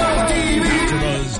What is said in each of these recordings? AfterBuzz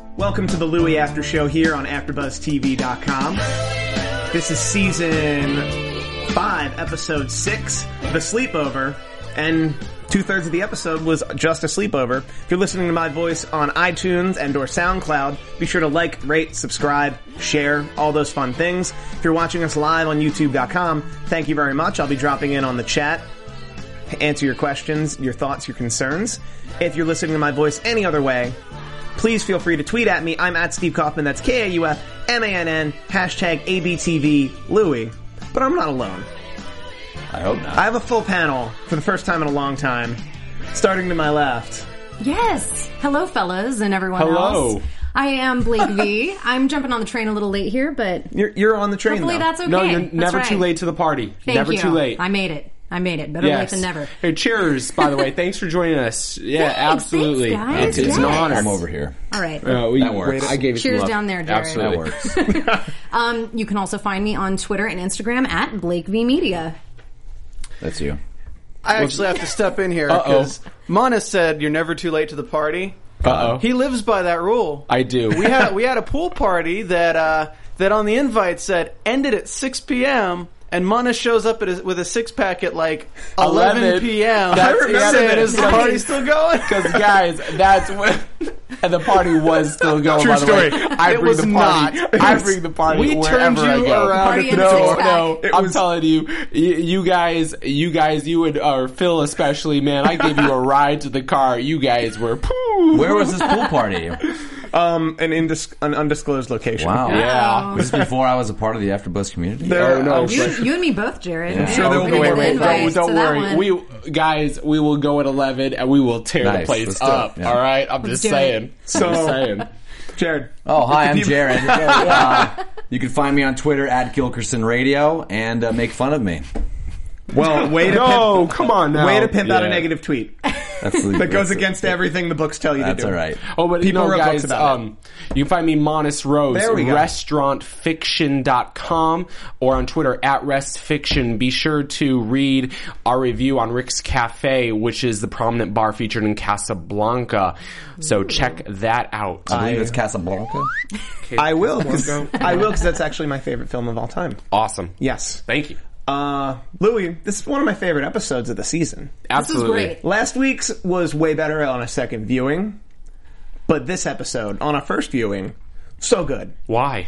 Welcome to the Louie After Show here on AfterBuzzTV.com. This is season five, episode six, The Sleepover, and two thirds of the episode was just a sleepover. If you're listening to my voice on iTunes and or SoundCloud, be sure to like, rate, subscribe, share, all those fun things. If you're watching us live on YouTube.com, thank you very much. I'll be dropping in on the chat answer your questions, your thoughts, your concerns. If you're listening to my voice any other way, please feel free to tweet at me. I'm at Steve Kaufman. That's K A U F M A N N, hashtag ABTV Louie. But I'm not alone. I Oh, hope not. I have a full panel for the first time in a long time. Starting to my left, Yes. Hello, fellas, and everyone Hello. else. I am Blake V. I'm jumping on the train a little late here, but you're, you're on the train. hopefully though. that's okay. no, you're That's never too right. late to the party. Thank never you. too late. I made it. I made it. Better late yes. than never. Hey, cheers, by the way. Thanks for joining us. Yeah, Thanks, absolutely. thanks, guys. It's, it's an Yes. honor. Oh. I'm I'm over over. here. All right. That works. I gave it Cheers some love. down there, Jared. Absolutely. That works. um, you can also find me on Twitter and Instagram at Blake V Media. That's you. I actually have to step in here Uh-oh. because Mana said you're never too late to the party. Uh oh. He lives by that rule. I do. we had we had a pool party that uh, that on the invite said ended at 6 p.m. and Mana shows up at his, with a six pack at like 11, 11. p.m. That's- I yeah, remember that that. is Is the right. party still going? Because guys, that's when and the party was still going. True by the story. Way. I It bring was the party. not. It I was- bring the party. we turned wherever I you go. around Party at the no, six-pack. no. It I'm was- telling you, you, you guys, you guys, you would or Phil especially, man. I gave you a ride to the car. You guys were poo. Where was this pool party? um, an, indis- an undisclosed location. Wow. Oh, Yeah. Was this before I was a part of the AfterBuzz community? There, Oh, no. I'm You, sure- you and me both, Jared. Yeah. Man, Sure, there will we're be gonna a get wait, the Don't, invites don't to that worry, one. we guys, we will go at eleven and we will tear the Nice, place let's do it, up. yeah. All right, I'm just do it. saying. I'm just So- saying. Jared. Oh, hi, I'm Jared. Uh, you can find me on Twitter at Gilkerson Radio and uh, make fun of me. Well, way to No, pimp, come on now. way to pimp out a Yeah. negative tweet That's that goes against everything the books tell you to That's do. all right. Oh, but People no, wrote books guys, about it. um, you can find me Monis Rose, There we go. restaurantfiction.com or on Twitter at restfiction. Be sure to read our review on Rick's Cafe, which is the prominent bar featured in Casablanca. So check that out. I believe it's Casablanca. uh, I will. 'cause- I will because that's actually my favorite film of all time. awesome. Yes. Thank you. Uh, Louis, this is one of my favorite episodes of the season. This is Absolutely. great. Last week's was way better on a second viewing, but this episode on a first viewing, so good. Why?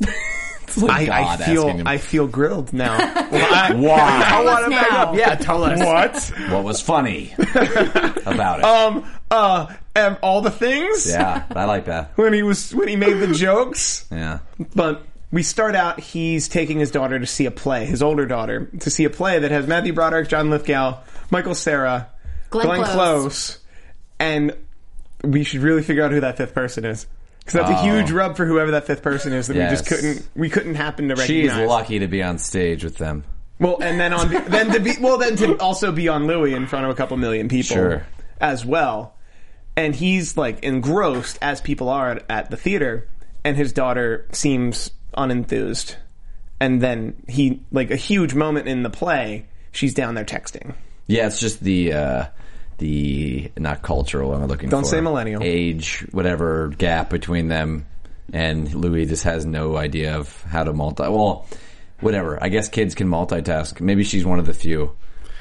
It's like I, God I feel asking him. I feel grilled now. Well, I- Why? I want us to back now. up. Yeah, tell us what. what was funny about it? Um, uh, and all the things yeah, I like that. when he was when he made the jokes. Yeah. But we start out, he's taking his daughter to see a play, his older daughter, to see a play that has Matthew Broderick, John Lithgow, Michael Sarah, Glenn Close. and we should really figure out who that fifth person is. Because that's a Oh. huge rub for whoever that fifth person is that we just Yes. couldn't we couldn't happen to She's recognize. lucky to be on stage with them. Well, and then on then to be well then to also be on Louis in front of a couple million people Sure. as well. And he's like engrossed as people are at, at the theater, and his daughter seems unenthused. And then he like a huge moment in the play, she's down there texting. Yeah, it's just the uh, the not cultural. What am I looking Don't for? say millennial. Age, whatever gap between them and Louis just has no idea of how to multi. Well, whatever. I guess kids can multitask. Maybe she's one of the few.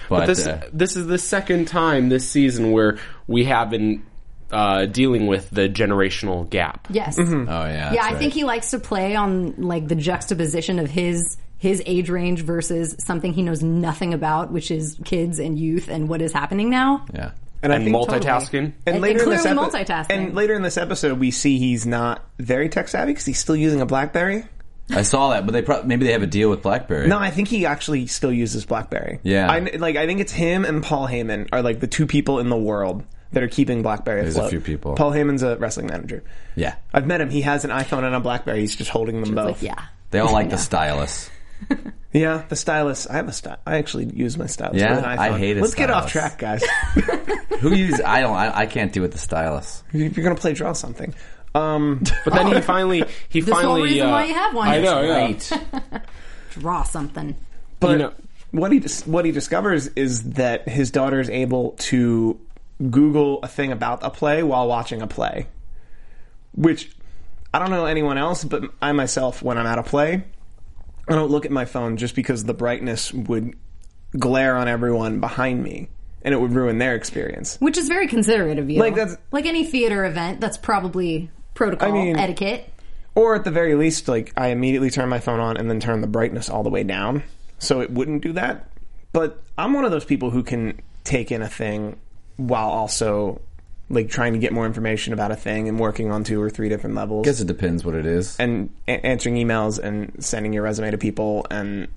But, this uh, this is the second time this season where we have been uh, dealing with the generational gap. Yes. Mm-hmm. oh yeah, Yeah, that's I right. think he likes to play on like the juxtaposition of his his age range versus something he knows nothing about, which is kids and youth and what is happening now. Yeah, And, I and think totally- multitasking. And clearly multitasking. And later in this episode, we see he's not very tech savvy because he's still using a BlackBerry. I saw that, but they pro- maybe they have a deal with BlackBerry. No, I think he actually still uses BlackBerry. Yeah. I, like I think it's him and Paul Heyman are like the two people in the world that are keeping BlackBerry There's a afloat. few people. Paul Heyman's a wrestling manager. yeah, I've met him. He has an iPhone and a BlackBerry. He's just holding them both. Like, yeah. they all like the stylus. Yeah, the stylus. I have a stylus. I actually use my stylus. Yeah, with an iPhone. I hate a Let's get off stylus. track, guys. Who uses? I don't. I, I can't do with the stylus. if you're gonna play draw something, um, But then he finally he This whole finally reason uh, why you have one. I know, yeah. Right. Draw something. but You know- what he dis- what he discovers is that his daughter is able to Google a thing about a play while watching a play, which I don't know anyone else, but I myself, when I'm at a play, I don't look at my phone just because the brightness would glare on everyone behind me and it would ruin their experience. Which is very considerate of you. Like, that's- Like any theater event, that's probably protocol I mean- etiquette. Or at the very least, like I immediately turn my phone on and then turn the brightness all the way down, so it wouldn't do that. But I'm one of those people who can take in a thing while also like trying to get more information about a thing and working on two or three different levels guess it depends what it is. and a- answering emails and sending your resume to people and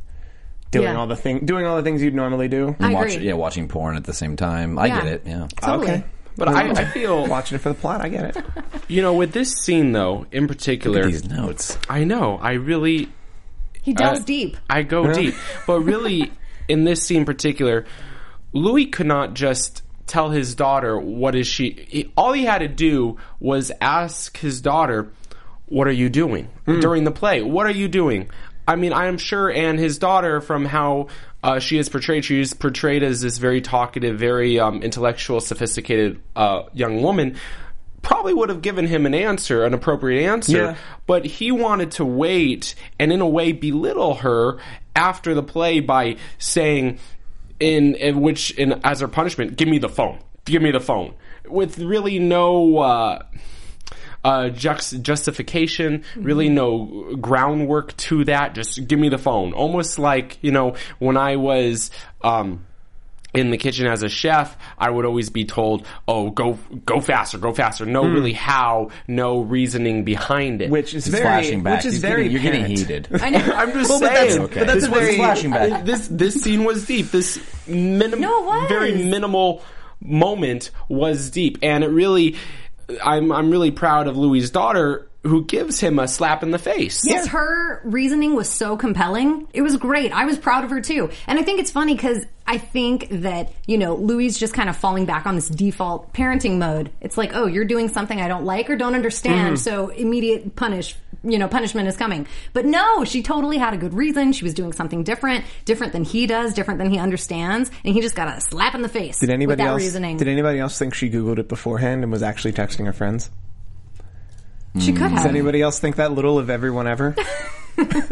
doing Yeah. all the thing doing all the things you'd normally do. I Watch, agree. yeah, watching porn at the same time. I Yeah. get it. Yeah. Totally. Okay. But I, I feel Watching it for the plot, I get it. you know with this scene though in particular. These notes. I know. I really He delves Uh, deep. I go deep. But really, in this scene in particular, Louis could not just tell his daughter what is she. he- all he had to do was ask his daughter, "What are you doing during the play? What are you doing?" I mean, I am sure, and his daughter, from how uh, she is portrayed, she is portrayed as this very talkative, very um, intellectual, sophisticated uh, young woman. Probably would have given him an answer, an appropriate answer, Yeah. but he wanted to wait and in a way belittle her after the play by saying in, in which in as her punishment give me the phone give me the phone with really no uh uh, jux- justification, really no groundwork to that. Just give me the phone. Almost like, you know, when I was, um, in the kitchen as a chef, I would always be told, "Oh, go go faster, go faster." No, really, how? No reasoning behind it. Which is He's very flashing back. which is He's very getting, you're getting parent. heated. I know. I'm just Well, but that's- saying, Okay. but that's this a was very- flashing back. This this scene was deep. This minim- No, it was. very minimal moment was deep, and it really, I'm I'm really proud of Louis' daughter who gives him a slap in the face. Yes, her reasoning was so compelling. It was great. I was proud of her too. And I think it's funny because I think that, you know, Louis is just kind of falling back on this default parenting mode. It's like, oh, you're doing something I don't like or don't Mm-hmm. understand, so immediate punish, you know, punishment is coming. But no, she totally had a good reason. She was doing something different, different than he does, different than he understands, and he just got a slap in the face. Did with anybody that else reasoning? Did anybody else think she googled it beforehand and was actually texting her friends? she could have. Mm. Anybody else think that little of everyone ever?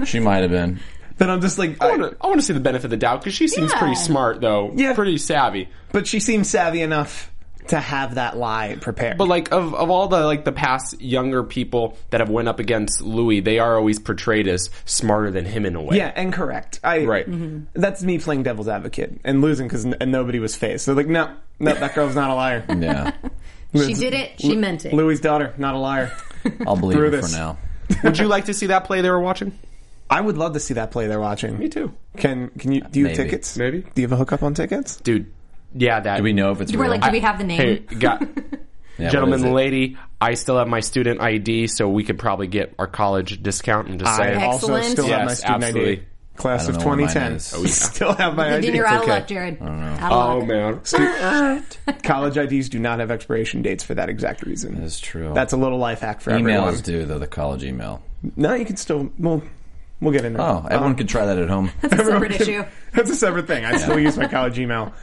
She might have been. then I'm just like, I I- want to I wanna see the benefit of the doubt because she seems Yeah. pretty smart though, Yeah. pretty savvy. but she seems savvy enough to have that lie prepared. But like of, of all the like the past younger people that have went up against Louis, they are always portrayed as smarter than him in a way. yeah, and correct. I Mm-hmm. Right. That's me playing devil's advocate and losing because n- and nobody was faced. So like, no, no, that girl's not a liar. Yeah. She did it. She meant it. Louis' daughter, not a liar. I'll believe Through her this. for now. Would you like to see that play they were watching? I would love to see that play they're watching. Me too. Can can you do you have Maybe. tickets? Maybe. Do you have a hookup on tickets? Dude, yeah, that Do we know if it's We're real? like, do we have the name? Hey, got Yeah, what is gentlemen, it? lady, I still have my student ID, so we could probably get our college discount and just I say also Excellent. still have my Yes, student ID. absolutely. Class I of don't know where mine 2010. is. Oh, yeah. Still have my Then ID. you're It's out of okay. Uh-huh. luck, Jared. Out of luck. "Oh, man. College IDs do not have expiration dates for that exact reason. That's true. That's a little life hack for everyone. Emails do though the college email. No, you can still. Well, we'll get into. it. Oh, everyone Um, could try that at home. That's a separate issue. That's a separate thing. I still use my college email.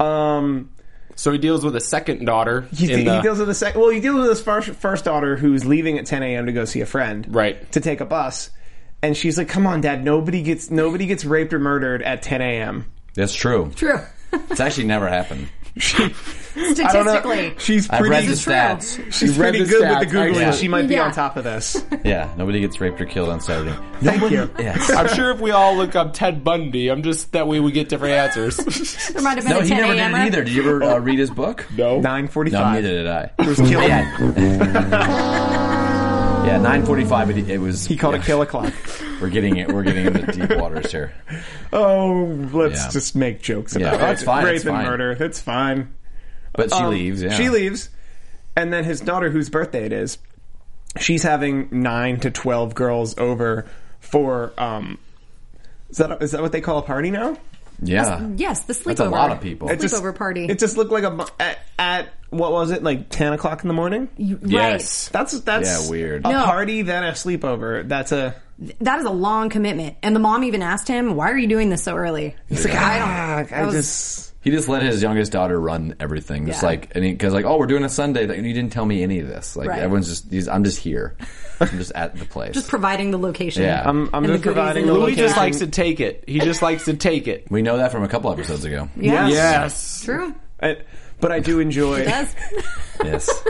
Um, So he deals with a second daughter. he, in the, he deals with the second. Well, he deals with his first, first daughter who's leaving at 10 a.m. to go see a friend. Right. To take a bus, and she's like, "Come on, Dad. Nobody gets nobody gets raped or murdered at 10 a.m." That's true. True. It's actually never happened. Statistically. She's I've pretty. read the true. stats. She's I've read pretty the good stats. with the googling. I- She might be Yeah. on top of this. Yeah, nobody gets raped or killed on Saturday. No Thank one- you. Yes. I'm sure if we all look up Ted Bundy, I'm just that way we get different answers. There might have been No, a he 10 never did a.m. it either. Did you ever uh, read his book? no. Nine No, forty-five. neither did I. was killed. Yeah, yeah, nine forty-five. It, it was. He called yeah. it kill o'clock. We're getting it. We're getting into deep waters here. Oh, let's Yeah. just make jokes Yeah, about that's it. fine, Rape it's and fine. murder. It's fine. But she Um, leaves. Yeah. She leaves, and then his daughter, whose birthday it is, she's having nine to twelve girls over for um. Is that is that what they call a party now? Yeah. Yes, the sleepover. That's a lot of people. It just- Sleepover party. It just looked like a eh, bu- at, at what was it like ten o'clock in the morning? Yes. That's that's Yeah, weird. A No. party then a sleepover. That's a. Right. That is a long commitment. And the mom even asked him, why are you doing this so early? He's like, I don't. "Ah, I that was- just. He just let his youngest daughter run everything. Just Yeah. like because like oh we're doing a Sunday thing, and you didn't tell me any of this. Like Right. everyone's just he's, I'm just here. I'm just at the place. Just providing the location. Um, Yeah. I'm, I'm And the just goodies providing. and the a Louis just location. likes to take it. He just likes to take it. we know that from a couple episodes ago. Yeah. Yes. True. I- eh, but I do enjoy. Yes. Yes.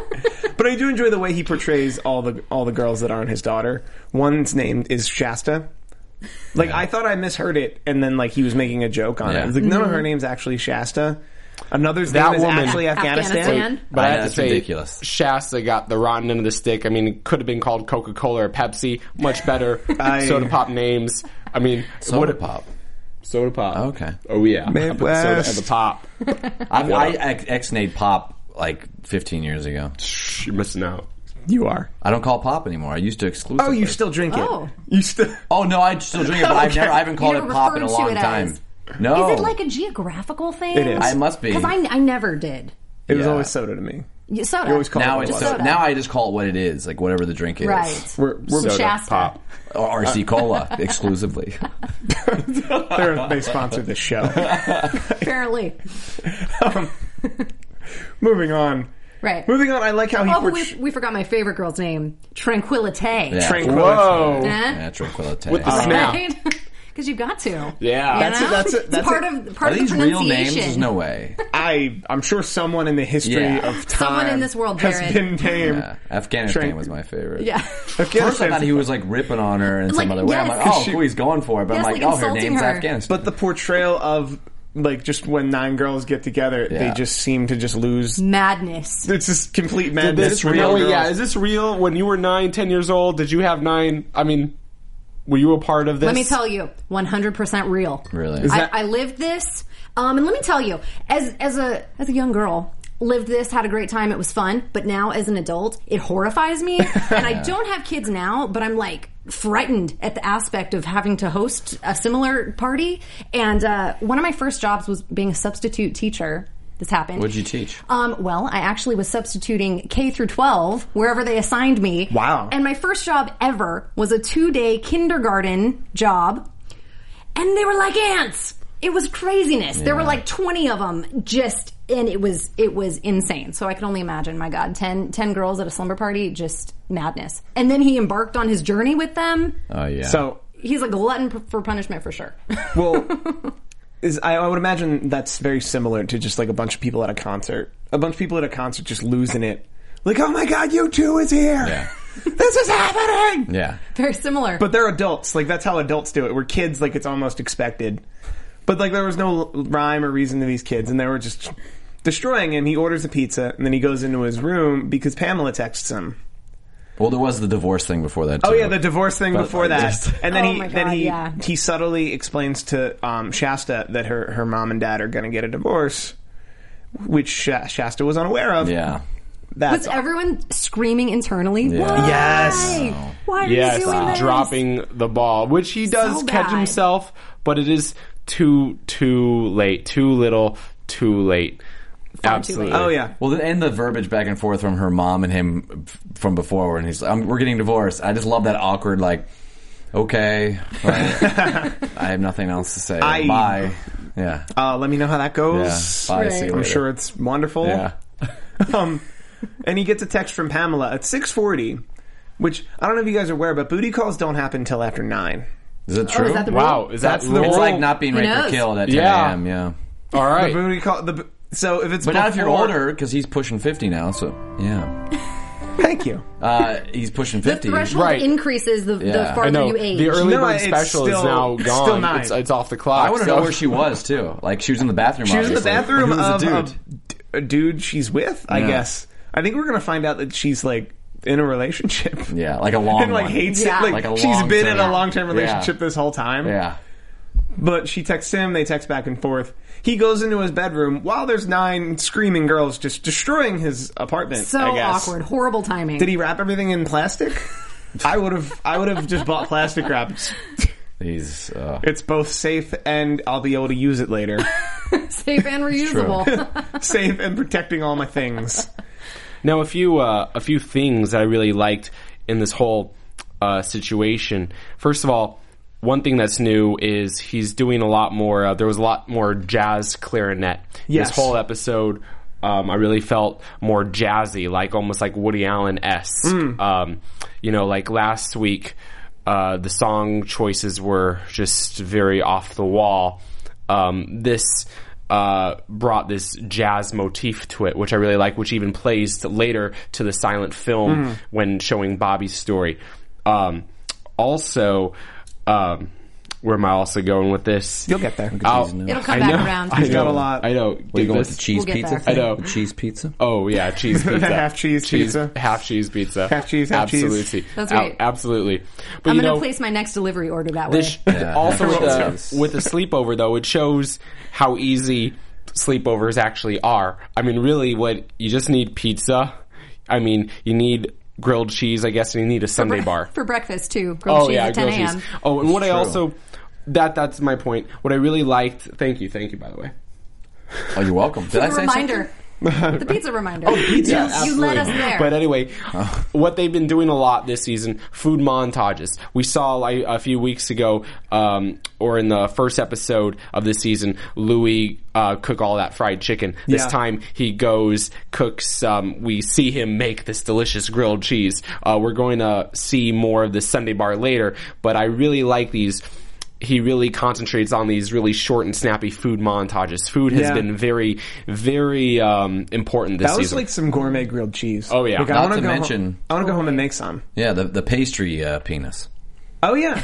But I do enjoy the way he portrays all the all the girls that aren't his daughter. One's name is Shasta. Like I thought I misheard it, and then like he was making a joke on it. Yeah. I was like, no, no, her name's actually Shasta. Another's That name woman- is actually Afghanistan. Afghanistan. But I I, know, have to it's say, ridiculous. Shasta got the rotten end of the stick. I mean, it could have been called Coca Cola or Pepsi. Much better I- soda pop names. I mean, Soda what- pop. Soda pop. Okay. Oh yeah. Midwest. But Soda and the pop. I've, I ex nayed pop like 15 years ago. You're missing out. You are. I don't call pop anymore. I used to exclusively. Oh, you still drink it? Oh. You still? Oh no, I still drink it, but I've never, I haven't called never it pop in a referred to long it time. as- No, Is it like a geographical thing? It is. Oh. I must be. Because I, I never did. It was Yeah. always soda to me. Y- Soda. always call now it it's was. so, Soda. now I just call it what it is, like whatever the drink is, Right. We're, we're Soda. Shasta. Pop. Or RC cola exclusively. they're, they sponsor this show. Apparently. Moving on. Right. Moving on. I like how he Oh, portrays we, we forgot my favorite girl's name. Eh? Tranquilite. Yeah. Whoa. Huh? Yeah, tranquility. With the snap. Because you've got to. Yeah. That's You a- know? that's a- that's it's part a- of Are part of these the real names? pronunciation. There's no way. I I'm sure someone in the history Yeah. of time Someone in this world, has Jared. been named. Yeah. Afghanistan Tran- was my favorite. Yeah. First, I Afghanistan's thought he was like ripping on her in some Like, other way. I'm yes. like, oh, She- cool, he's going for it. But Yes, I'm like, like oh, her insulting name's her. Afghanistan. But the portrayal of like just when nine girls get together, they Yeah. just seem to just lose. Madness. It's just complete Did madness. this with really? girls. Yeah. Is this real? When you were nine, ten years old, did you have nine? I mean, were you a part of this? Let me tell you, 100% real. Really? I, that- I lived this. Um, and let me tell you, as as a as a young girl, lived this, had a great time, it was fun, but now as an adult, it horrifies me. and I don't have kids now, but I'm like frightened at the aspect of having to host a similar party. And uh, one of my first jobs was being a substitute teacher. This happened. What'd you teach? Um, well, I actually was substituting K through 12 wherever they assigned me. Wow. And my first job ever was a two day kindergarten job. And they were like ants. It was craziness. There were like 20 of them just, and it was, it was insane. So I can only imagine, my God, 10, 10 girls at a slumber party, just madness. And then he embarked on his journey with them. Uh, oh yeah. So He's a glutton p- for punishment for sure. well, is I, I would imagine that's very similar to just like a bunch of people at a concert. A bunch of people at a concert just losing it. Like, oh my god, you two is here. Yeah. this is happening. yeah. Very similar. But they're adults. Like that's how adults do it. We're kids. Like it's almost expected. But like there was no rhyme or reason to these kids, and they were just destroying him. He orders a pizza, and then he goes into his room because Pamela texts him. Well, there was the divorce thing before that. Too. Oh yeah, the divorce thing But before that, just- and then Oh he my God, then he yeah. he subtly explains to um, Shasta that her her mom and dad are going to get a divorce, which Sha- Shasta was unaware of. Yeah. that's was everyone screaming internally? Yeah. Why? Yes. Why are yes, you doing this? dropping the ball, which he does So catch bad. himself, but it is too too late, too little, too late. Absolutely. oh yeah. Well, then, and the verbiage back and forth from her mom and him f- from before, and he's like, "I'm- "We're getting divorced." I just love that awkward, like, "Okay, like, I have nothing else to say. I- Bye." Yeah, Uh, let me know how that yeah. goes. Bye. See you I'm later. sure it's wonderful. Yeah. Oh, um, and he gets a text from Pamela at 6:40, which I don't know if you guys are aware, but booty calls don't happen till after nine. Is it true? is that the Uh, Wow, is that That's the- it's rule? like not being raped or knows? killed at 10 Yeah. a.m. Yeah. all The right. booty call the. b- So if it's But not if you're before- older, because he's pushing fifty now. So yeah, Thank you. uh, he's pushing The fifty. threshold Right. increases the, the Yeah. I I farther know you age. the early No, bird it's special is still- now it's gone. still nine. it's, it's off the clock. I want to so- know where she was too. Like she was in the bathroom. She was in the obviously. bathroom Who was of the of dude? d- a dude she's with. I Yeah. guess. I think we're gonna find out that she's like in a relationship. yeah, like a long And like one. hates Yeah. it. Like, Like a she's long been term. in a long term Yeah. relationship this whole time. Yeah, But she texts him, they text back and forth. He goes into his bedroom while there's nine screaming girls just destroying his apartment. so I guess. awkward, horrible timing. Did he wrap everything in plastic? I would have I would have just bought plastic wraps. he's. Uh, It's both safe and I'll be able to use it later. Safe and reusable. safe and protecting all my things. Now, a few uh, a few things that I really liked in this whole uh, situation. First of all, one thing that's new is he's doing a lot more. Uh, there was a lot more jazz clarinet. Yes. This whole episode, um, I really felt more jazzy, like almost like Woody Allen esque. Um, you know, like last week, uh, the song choices were just very off the wall. Um, this uh, brought this jazz motif to it, which I really like, which even plays to- later to the silent film when showing Bobby's story. Um, also, um, where am I also going with this? You'll get there. I'll- It'll I come back know, around. I know, got a lot. I Are know. you Give going this- with the cheese We'll get pizza? there. I know. The cheese pizza. Oh yeah, cheese pizza. Half cheese pizza. Half cheese pizza. Half cheese, half cheese. absolutely. That's Ab- right. absolutely. But I'm you going to know, place my next delivery order that way. this also with Yes. the, with the sleepover though, it shows how easy sleepovers actually are. I mean, really, what you just need pizza. I mean, you need grilled cheese, I guess, and you need a Sunday bar. for breakfast too. Grilled Oh cheese yeah, at 10 grilled a.m. cheese. Oh, and what I True. also that that's my point. What I really liked. Thank you, thank you. By the way. Oh, you're welcome. Did I The say reminder. the pizza reminder. Oh, pizza, You, you absolutely. led us there. But anyway, uh, what they've been doing a lot this season, food montages. We saw like a few weeks ago, um, or in the first episode of this season, Louis uh, cook all that fried chicken. This Yeah. time he goes cooks. Um, we see him make this delicious grilled cheese. Uh, we're going to see more of the Sunday bar later, but I really like these. He really concentrates on these really short and snappy food montages. Food has Yeah. been very, very um, important this That was season. like some gourmet grilled cheese. Oh, yeah. Like, I Not wanna to go home- mention- I want to go home and make some. Yeah, the the pastry uh, penis. Oh yeah.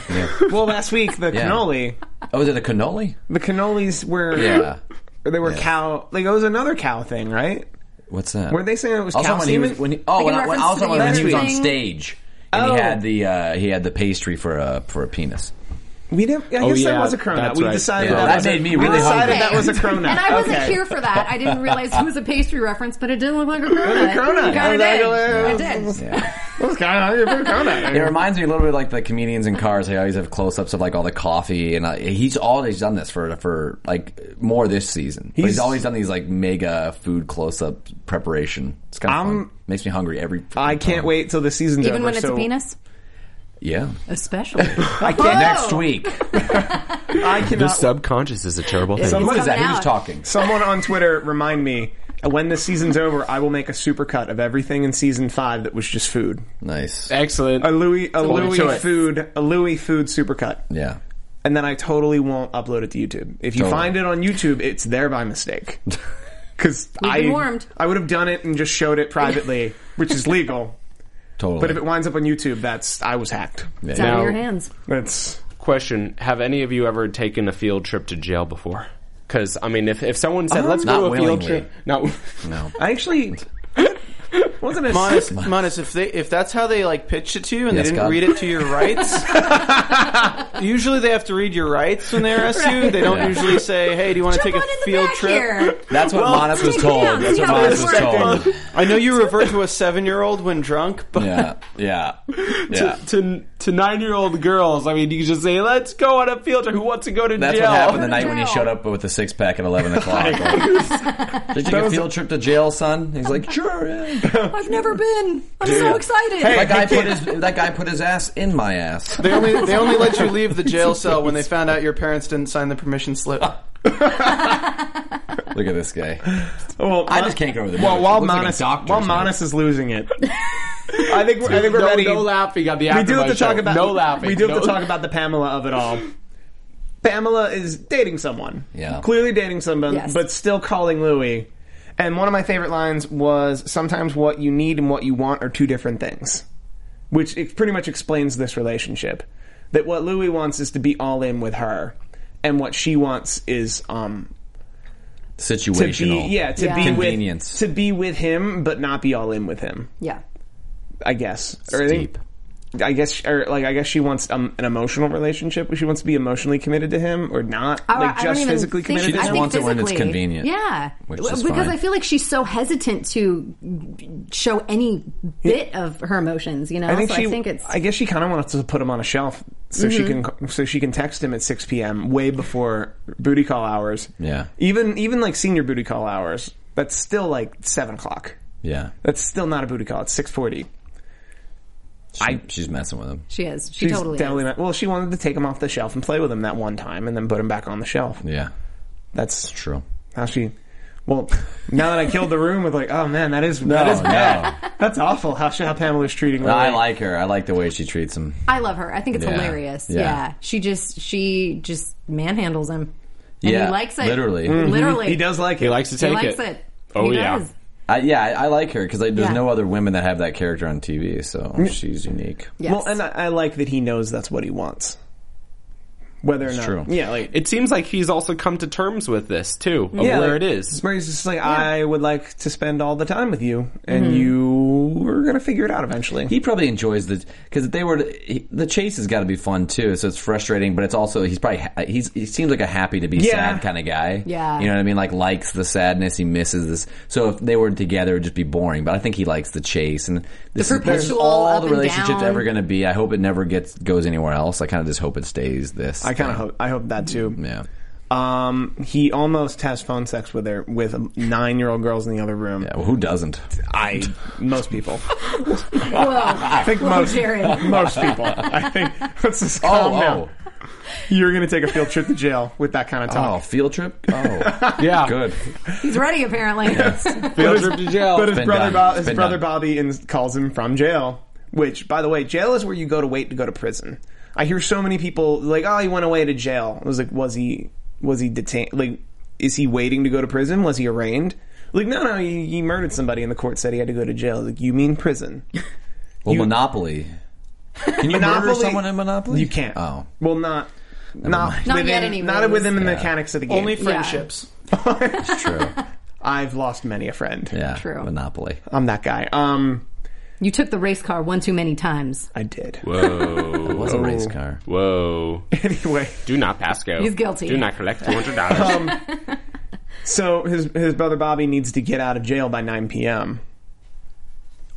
well, last week the Yeah. cannoli, Oh, is it a cannoli? Uh, the cannolis were Yeah. they were cow. Like it was another cow thing, right? What's that? Were they saying it was also cow when he was semen? when he, oh Like when, in I, when, reference also to the when he was on Leatherwing? stage and Oh. he had the uh, he had the pastry for a for a penis. We didn't. I guess Oh, that yeah, was a cronut. that's We right. decided Yeah, that, that was made me we really decided hungry. that was a cronut. And I wasn't okay. here for that. I didn't realize it was a pastry reference, but it didn't look like a cronut. cronut. It kinda I did. was like, It did. I was kind of hungry for a cronut. It reminds me a little bit like the comedians in Cars. They always have close ups of like all the coffee, and uh, he's always done this for for like more this season. But He's, He's- always done these like mega food close up preparation. It's kind of I'm- fun. makes me hungry every. I freaking can't time. wait till the season's over. Even when it's so a penis? Yeah, Especially. I Oh. next week. I The cannot. subconscious is a terrible thing. What is that? coming Who's out. talking? Someone on Twitter remind me when the season's over. I will make a supercut of everything in season five that was just food. Nice. Excellent. A Louis, a Hold me to Louis it. food, a Louis food supercut. Yeah. and then I totally won't upload it to YouTube. If you Totally. find it on YouTube, it's there by mistake. Because We've I been warned. I would have done it and just showed it privately, which is legal. Totally. But if it winds up on YouTube, that's I was hacked. It's out Now- of your hands. That's Question: Have any of you ever taken a field trip to jail before? Because I mean, if, if someone said, "Let's not go to a field willingly. trip," no, I no. Uh-huh. actually wasn't it. Monis, Monis, if they if that's how they like pitched it to you and Yes, they didn't God. read it to your rights, usually they have to read your rights when they arrest you. They don't Yeah. usually say, "Hey, do you want to Jump take a on in the field back trip?" here. That's what Monas was take it told. down, That's see what how Monas it was works. told. I know you refer to a seven year old when drunk, but Yeah. Yeah. uh, Yeah. to to nine year old girls, I mean, you could just say, "Let's go on a field trip." Who wants to go to That's jail? what happened the night when he Jail. showed up with the six pack at eleven o'clock. Like, Did you take a field trip to jail, son? He's like, sure. yeah." I've never been. I'm so excited. That guy put his that guy put his ass in my ass. they only they only let you leave the jail cell when they found out your parents didn't sign the permission slip. Uh, Look at this guy. well, I just can't go over the. Well, while Looks like a Monas, doctor's while note. Monas is losing it, I think we're, I think we're no, ready. no laughing on the we do have to aftermath show. talk about no laughing. We do no, have to talk about the Pamela of it all. Pamela is dating someone. Yeah. Clearly dating someone, Yes. but still calling Louis And one of my favorite lines was sometimes what you need and what you want are two different things, which it pretty much explains this relationship. That what Louis wants is to be all in with her, and what she wants is um to Situational. be yeah to Yeah. be Convenience. with to be with him, but not be all in with him. Yeah. I guess. It's I think- deep. I guess, or like, I guess she wants um, an emotional relationship. She wants to be emotionally committed to him, or not, I- like I don't just even physically think- committed. She to him. just I think wants it when it's physically, convenient, Yeah, which is because fine. I feel like she's so hesitant to show any bit of her emotions. You know, I think so she. I think it's. Mm-hmm. I guess she kind of wants to put him on a shelf so she can so she can text him at 6 p.m. way before booty call hours. Yeah. Even even like senior booty call hours. That's still like seven o'clock. Yeah. That's still not a booty call. It's 6:40. She- she's messing with him. she is. She She's totally. definitely is. not. Well, she wanted to take him off the shelf and play with him that one time, and then put him back on the shelf. Yeah. That's True. How she? Well, now that I killed the room with like, oh man, that is that is no. that's awful. How how Pamela's treating. Lily. I like her. I like the way she treats him. I love her. I think it's Yeah. hilarious. Yeah. Yeah. she just she just manhandles him. And yeah. he likes it. Literally. Literally, Mm-hmm. He does like it. He likes to He take likes it. it. Oh, He yeah. does. I, yeah, I, I like her because like, there's Yeah. no other women that have that character on TV, so Mm. she's unique. Yes. Well, and I, I like that he knows that's what he wants. Whether or not, true. yeah, like It seems like he's also come to terms with this too, of yeah, where like, it is. Where he's just like, I would like to spend all the time with you, and you are gonna figure it out eventually. He probably enjoys the because if they were to, he, the chase has got to be fun too. So it's frustrating, but it's also he's probably ha- he's he seems like a happy to be Yeah. sad kind of guy. Yeah. you know what I mean. Like likes the sadness, he misses this. So if they were together, it'd just be boring. But I think he likes the chase and this, is, this is perpetual all up the and relationship's down. ever going to be. I hope it never gets goes anywhere else. I kind of just hope it stays this. I kind of hope. I hope that too. yeah. Um, he almost has phone sex with her with nine year old girls in the other room. Yeah, well, who doesn't? I most people. Whoa. I think most Jared. most people. I think let's just calm down. Oh, oh, You're going to take a field trip to jail with that kind of oh, talk. field trip. Oh, Yeah, good. he's ready apparently. Field trip to jail. But his been brother, done. Bob, It's his been brother done. Bobby in, calls him from jail. Which, by the way, jail is where you go to wait to go to prison. I hear so many people like, "Oh, he went away to jail." I was like, "Was he? Was he detained? Like, is he waiting to go to prison? Was he arraigned?" Like, no, no, he, he murdered somebody, and the court said he had to go to jail. Like, you mean prison? Well, Monopoly. Can you murder someone in Monopoly? You can't. Oh, well, not not mind. Not within, yet not anyways. within the mechanics of the game. Only friendships. it's true. I've lost many a friend. Yeah, True. Monopoly. I'm that guy. Um, you took the race car one too many times. I did. It Whoa, was Oh. a race car. whoa! anyway, Do not pass go. He's guilty. Do not collect two hundred dollars. Um, so his his brother Bobby needs to get out of jail by 9 p.m.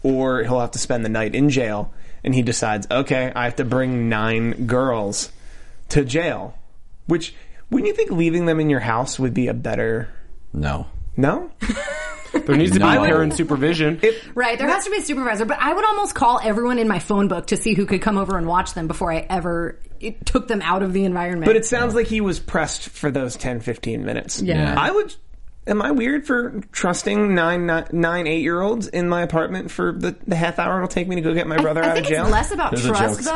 or he'll have to spend the night in jail. And he decides, okay, I have to bring nine girls to jail. Which, wouldn't you think leaving them in your house would be a better? No. No, there needs to be No. parent supervision. Right, there has to be a supervisor, but I would almost call everyone in my phone book to see who could come over and watch them before I ever it took them out of the environment. but it sounds like he was pressed for those 10, 15 minutes. Yeah. I would. Am I weird for trusting nine, nine, nine eight year olds in my apartment for the, the half hour it'll take me to go get my brother I out think of jail? it's less about There's a trust, joke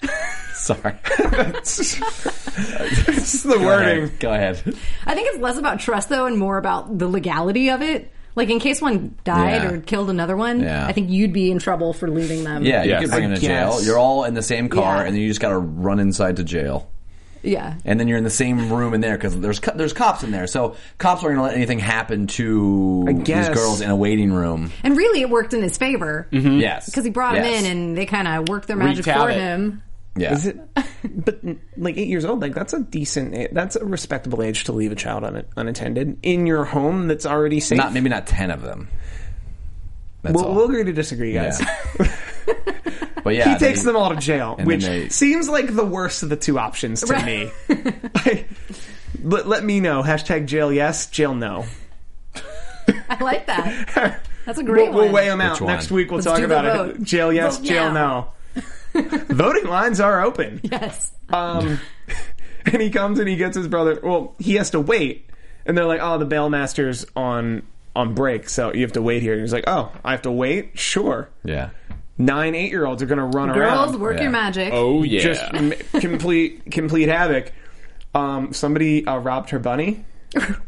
though. somewhere. Sorry. It's the wording. Go ahead. I think it's less about trust, though, and more about the legality of it. Like, in case one died Yeah. or killed another one, Yeah. I think you'd be in trouble for leaving them. Yeah, Yes. you could bring I him to jail. guess. You're all in the same car, Yeah. and then you just got to run inside to jail. Yeah. And then you're in the same room in there because there's co- there's cops in there, so cops aren't going to let anything happen to these guess. girls in a waiting room. And really, it worked in his favor because Mm-hmm. Yes, because he brought him in and they kind of worked their magic Wreaked for havoc. him. yeah, Is it? But like eight years old, like that's a decent, that's a respectable age to leave a child un, unattended in your home that's already safe. not maybe not ten of them. That's we'll, all. we'll agree to disagree, guys. but yeah, He takes they- them all to jail, then which they- seems like the worst of the two options to me. I- let, let me know. Hashtag jail yes, jail no. I like that. That's a great we'll, we'll one. weigh them out Which one? next week. We'll Let's talk do the about it. vote. Jail yes, Vote jail now. no. Voting lines are open. Yes. Um, and he comes and he gets his brother. Well, he has to wait, and they're like, "Oh, the bailmaster's on on break, so you have to wait here." And he's like, "Oh, I have to wait? Sure." yeah, Nine eight year olds are going to run Girls, around, work Yeah. your magic. Oh yeah. just m- complete complete havoc. Um, somebody uh, robbed her bunny.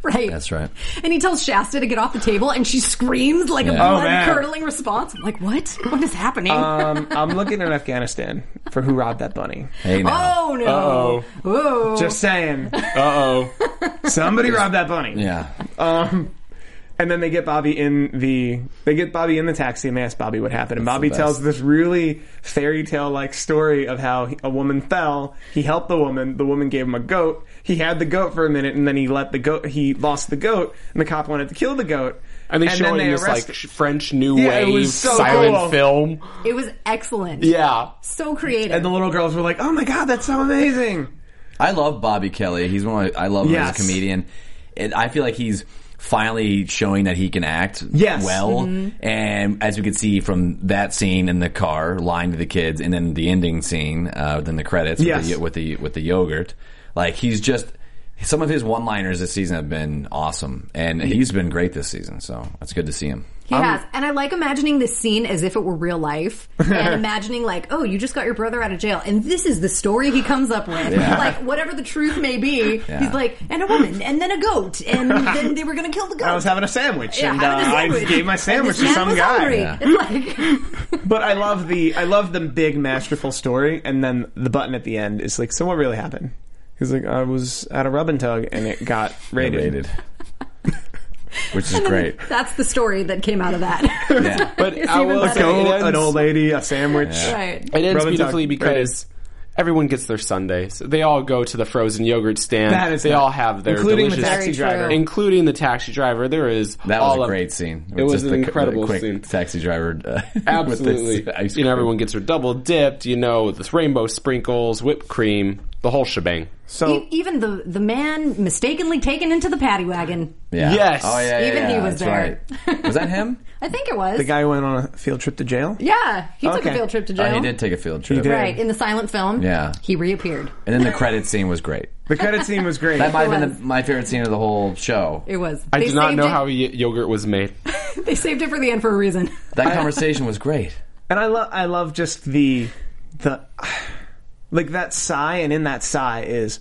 right. That's right. And he tells Shasta to get off the table, and she screams like a Yeah. Oh, blood man. curdling response. I'm like, what? What is happening? Um, I'm looking at Afghanistan for who robbed that bunny. Hey now. oh no! Oh, Just saying, Uh oh. somebody robbed that bunny. Yeah. Um, and then they get Bobby in the they get Bobby in the taxi and they ask Bobby what happened. And Bobby the tells best. this really fairy tale like story of how he- a woman fell. He helped the woman. The woman gave him a goat. He had the goat for a minute, and then he let the goat. He lost the goat, and the cop wanted to kill the goat. And they then show it in they this arrest- like sh- French New Yeah, it Wave was so silent cool. film. it was excellent. Yeah. So creative. and the little girls were like, "Oh my god, that's so amazing!" I love Bobby Kelly. He's one. Of my, I love him Yes. as a comedian, and I feel like he's finally showing that he can act Yes. Mm-hmm. well. And as we could see from that scene in the car, lying to the kids, and then the ending scene, uh, then the credits Yes. with, the, with the with the yogurt, like he's just. Some of his one-liners this season have been awesome, and he's been great this season. So it's good to see him. He has. And I like imagining this scene as if it were real life and imagining, like, oh, you just got your brother out of jail. And this is the story he comes up with. Like, whatever the truth may be, he's like, and a woman, and then a goat, and then they were going to kill the goat. I was having a sandwich, Yeah, and uh, having a I sandwich. gave my And sandwich to this man some was guy. hungry. Yeah. It's like, But I love the I love the big masterful story, and then the button at the end is like, so what really happened? He's like, I was at a rub and tug, and it got raided. Rated, which is great. that's the story that came out of that. Yeah. But It's I even will better. Like say a old- it ends, an old lady, a sandwich. right. it ends Rub and tug, beautifully because everyone gets their Sundays. They all go to the frozen yogurt stand. That is they not- all have their including the delicious- taxi Very driver. true. including the taxi driver. There is That all was a of- great scene. It was Just an the- the incredible quick scene. Taxi driver. Uh, with the Absolutely, ice you know cream. everyone gets their double dipped. You know this rainbow sprinkles, whipped cream, the whole shebang. So E- Even the, the man mistakenly taken into the paddy wagon. Yeah. Yes. Oh yeah. yeah, Even yeah, he was that's there. Right. Was that him? I think it was. the guy went on a field trip to jail. yeah, he took Okay. a field trip to jail. oh, he did take a field trip. He did. Right, in the silent film. Yeah. He reappeared. And then the credit scene was great. The credit scene was great. That might have been was. the, my favorite scene of the whole show. It was. I They do not saved know it- how y- yogurt was made. They saved it for the end for a reason. That conversation was great. and I love I love just the the like that sigh, and in that sigh is.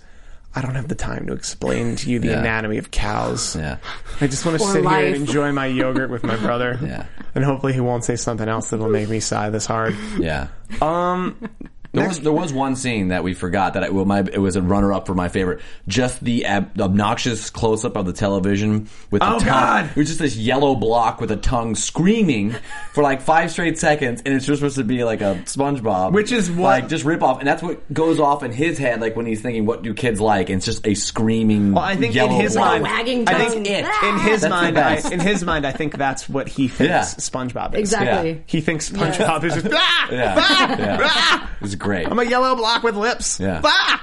I don't have the time to explain to you the Yeah. anatomy of cows. Yeah. I just want to sit here and life. enjoy my yogurt with my brother. Yeah. And hopefully he won't say something else that'll make me sigh this hard. Yeah. Um, There was, there was one scene that we forgot that I, well, my, it was a runner up for my favorite. Just the ab- obnoxious close up of the television with the Oh, tongue. God! It was just this yellow block with a tongue screaming for like five straight seconds, and it's just supposed to be like a SpongeBob, Which is what- like just rip off, and that's what goes off in his head, like when he's thinking, "What do kids like?" And it's just a screaming. well, I think in yellow his block. mind, wagging I tongue. Ah! think That's it. in his the mind, I, best. in his mind, I think that's what he thinks Yeah. SpongeBob is. Exactly. Yeah. He thinks SpongeBob is just ah, Yeah. ah, Yeah. ah, It was great. I'm a yellow block with lips. Yeah. Ah!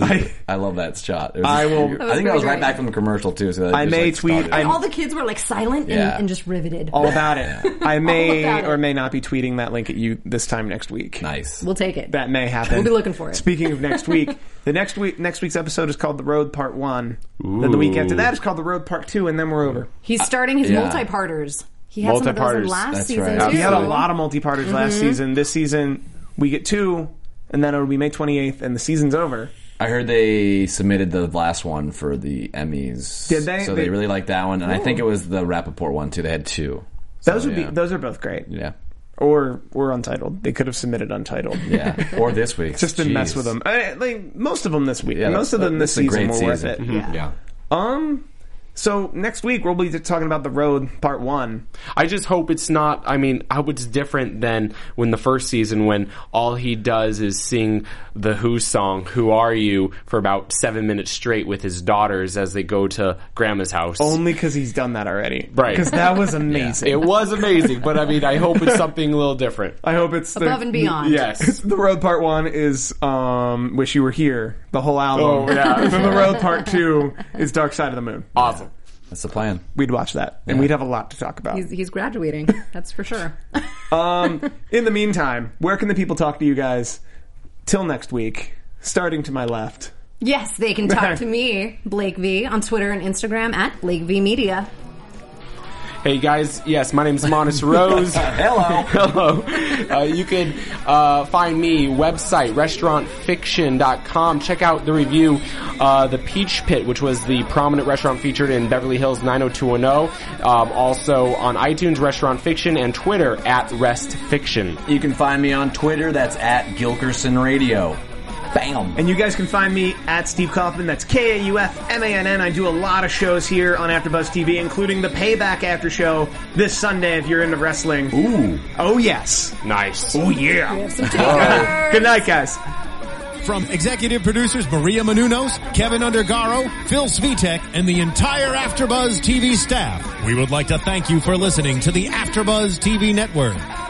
I, I love that shot. It was I will- I think That that was was great. right back from the commercial too. So that I just, may like, tweet- started. I- all the kids were like silent Yeah. and, and just riveted. all about it. I may about it. or may not be tweeting that link at you this time next week. nice. we'll take it. That may happen. We'll be looking for it. Speaking of next week, the next week next week's episode is called The Road Part One. Then the week after that is called The Road Part Two, and then we're over. He's starting his yeah. multi-parters. He had some of those in Multi-parters. last That's season right. too. We had a lot of multi-parters Mm-hmm. last season. This season, we get two, and then it'll be May 28th, and the season's over. I heard they submitted the last one for the Emmys. Did they? So they, They- really liked that one, and I think it was the Rappaport one too. They had two. Those So, would yeah. be those are both great. Yeah, Or or untitled. They could have submitted untitled. yeah. or this week. Just to mess Jeez. with them. I, like most of them this week. Yeah, most of them this that's a season great were worth season. it. Mhm. Yeah. Yeah. Um. So next week we'll be talking about the road part one. I just hope it's not. I mean, I hope it's different than when the first season when all he does is sing the Who song "Who Are You" for about seven minutes straight with his daughters as they go to Grandma's house. Oh Only because he's done that already. Right. Because that was amazing. It was amazing, but I mean, I hope it's something a little different. I hope it's the- Above and beyond. Yes. The road part one is um, "Wish You Were Here," the whole album. Oh, yeah. and then the road part two is "Dark Side of the Moon." Awesome. That's the plan. We'd watch that, and we'd have a lot to talk about. He's, he's graduating. That's for sure. Um, in the meantime, where can the people talk to you guys? Till next week, starting to my left. yes, they can talk to me, Blake V, on Twitter and Instagram at Blake V Media. Hey guys, yes, my name's Monis Rose. Hello. Hello. Uh, you can uh, find me, website, restaurantfiction.com. Check out the review, uh, The Peach Pit, which was the prominent restaurant featured in Beverly Hills 90210. Um, also on iTunes, Restaurant Fiction, and Twitter at Rest Fiction. You can find me on Twitter. That's at Gilkerson Radio. Bam. And you guys can find me at Steve Kaufman. That's K A U F M A N N. I do a lot of shows here on AfterBuzz TV, including the Payback After Show this Sunday. If you're into wrestling, Ooh. oh yes, Nice. oh yeah. Have some dinner. Good night, guys. From executive producers Maria Manunos, Kevin Undergaro, Phil Svitek, and the entire Afterbuzz TV staff, we would like to thank you for listening to the Afterbuzz TV Network.